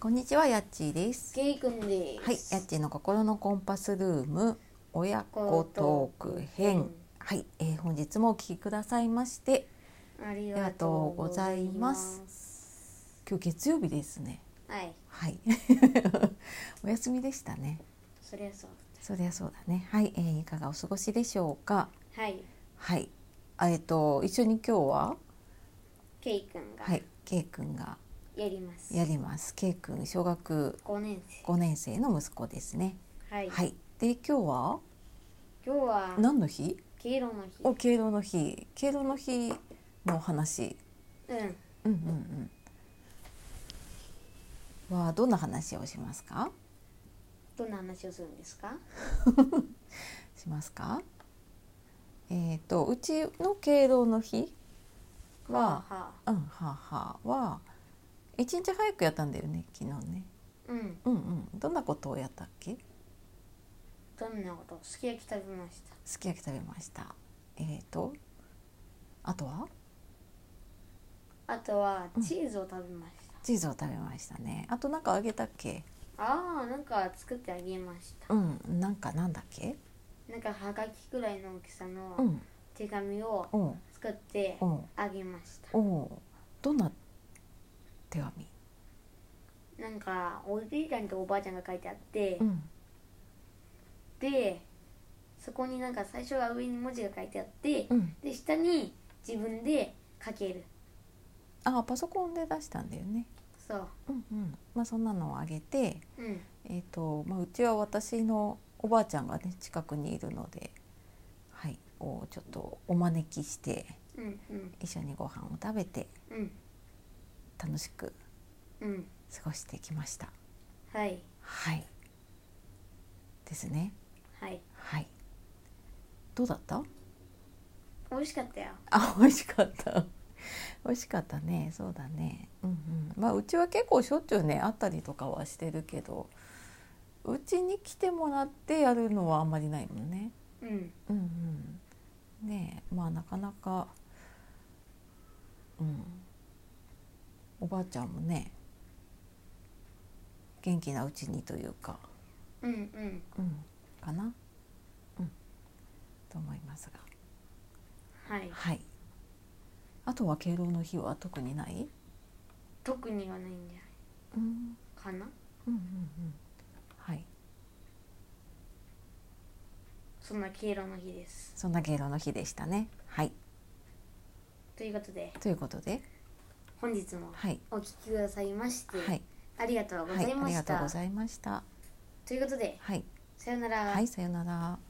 こんにちは、やっちーです。ケイくんです。はい、やっちーの心のコンパスルーム親子トーク編。はい、えー本日もお聞きくださいまして、ありががととううごござざいいまますす。今日月曜日ですね。はい、はい。 お休みでしたね。そりゃそうそりゃそうだね。はい、えーいかがお過ごしでしょうか。だ。はい、はい。あえっ、と一緒に今日はケイくんがはい、ケイ君がやります。やります。ケイ君小学五年生。 5年生の息子ですね。はい。はい。で今日は今日は何の日？黄色の日。お敬老の日敬老の日の話うん。うんうんうんはどんな話をしますかどんな話をするんですか？しますかえっ、とうちの敬老の日は、あはあ。うん、はあはあは一日早くやったんだよね昨日ねうん。うんうんどんなことをやったっけどんなこと？すき焼き食べました。すき焼き食べましたえっ、とあとはあとはうんチーズを食べました。チーズを食べましたねあとなんかあげたっけああ、なんか作ってあげました。うんなんかなんだっけなんかはがきくらいの大きさうのん手紙をうん作ってうんあげました。おおどんな手紙、なんかおじいちゃんとおばあちゃんが書いてあって。ん、でそこになんか最初は上に文字が書いてあって、うんで下に自分で書けるあパソコンで出したんだよね、そううんうんまあ、そんなのをあげて、うんえーとまあ、うちは私のおばあちゃんがね近くにいるので、はい、をちょっとお招きしてうんうん一緒にご飯を食べてうん楽しくうん過ごしてきました。はいはいですね。はいはい、どうだった美味しかったよあ 美味しかった美味しかったねそうだねうんうんまあうちは結構しょっちゅうねあったりとかはしてるけどうちに来てもらってやるのはあんまりないもんねうんうんうんねえまあなかなかうんおばあちゃんもね元気なうちにというかうんうんうんかなうんと思いますがはいはい。あとは敬老の日は特にない。特にはないんじゃうん。ないかなうんうんうん。はい。そんな黄色の日ですそんな敬老の日でしたね。はい。ということでということで、本日もはい。お聞きくださいまして、はい。ありがとうごはざい。いあまりがしとうた、ございました。ということではい。さよなら、はい、さようなら。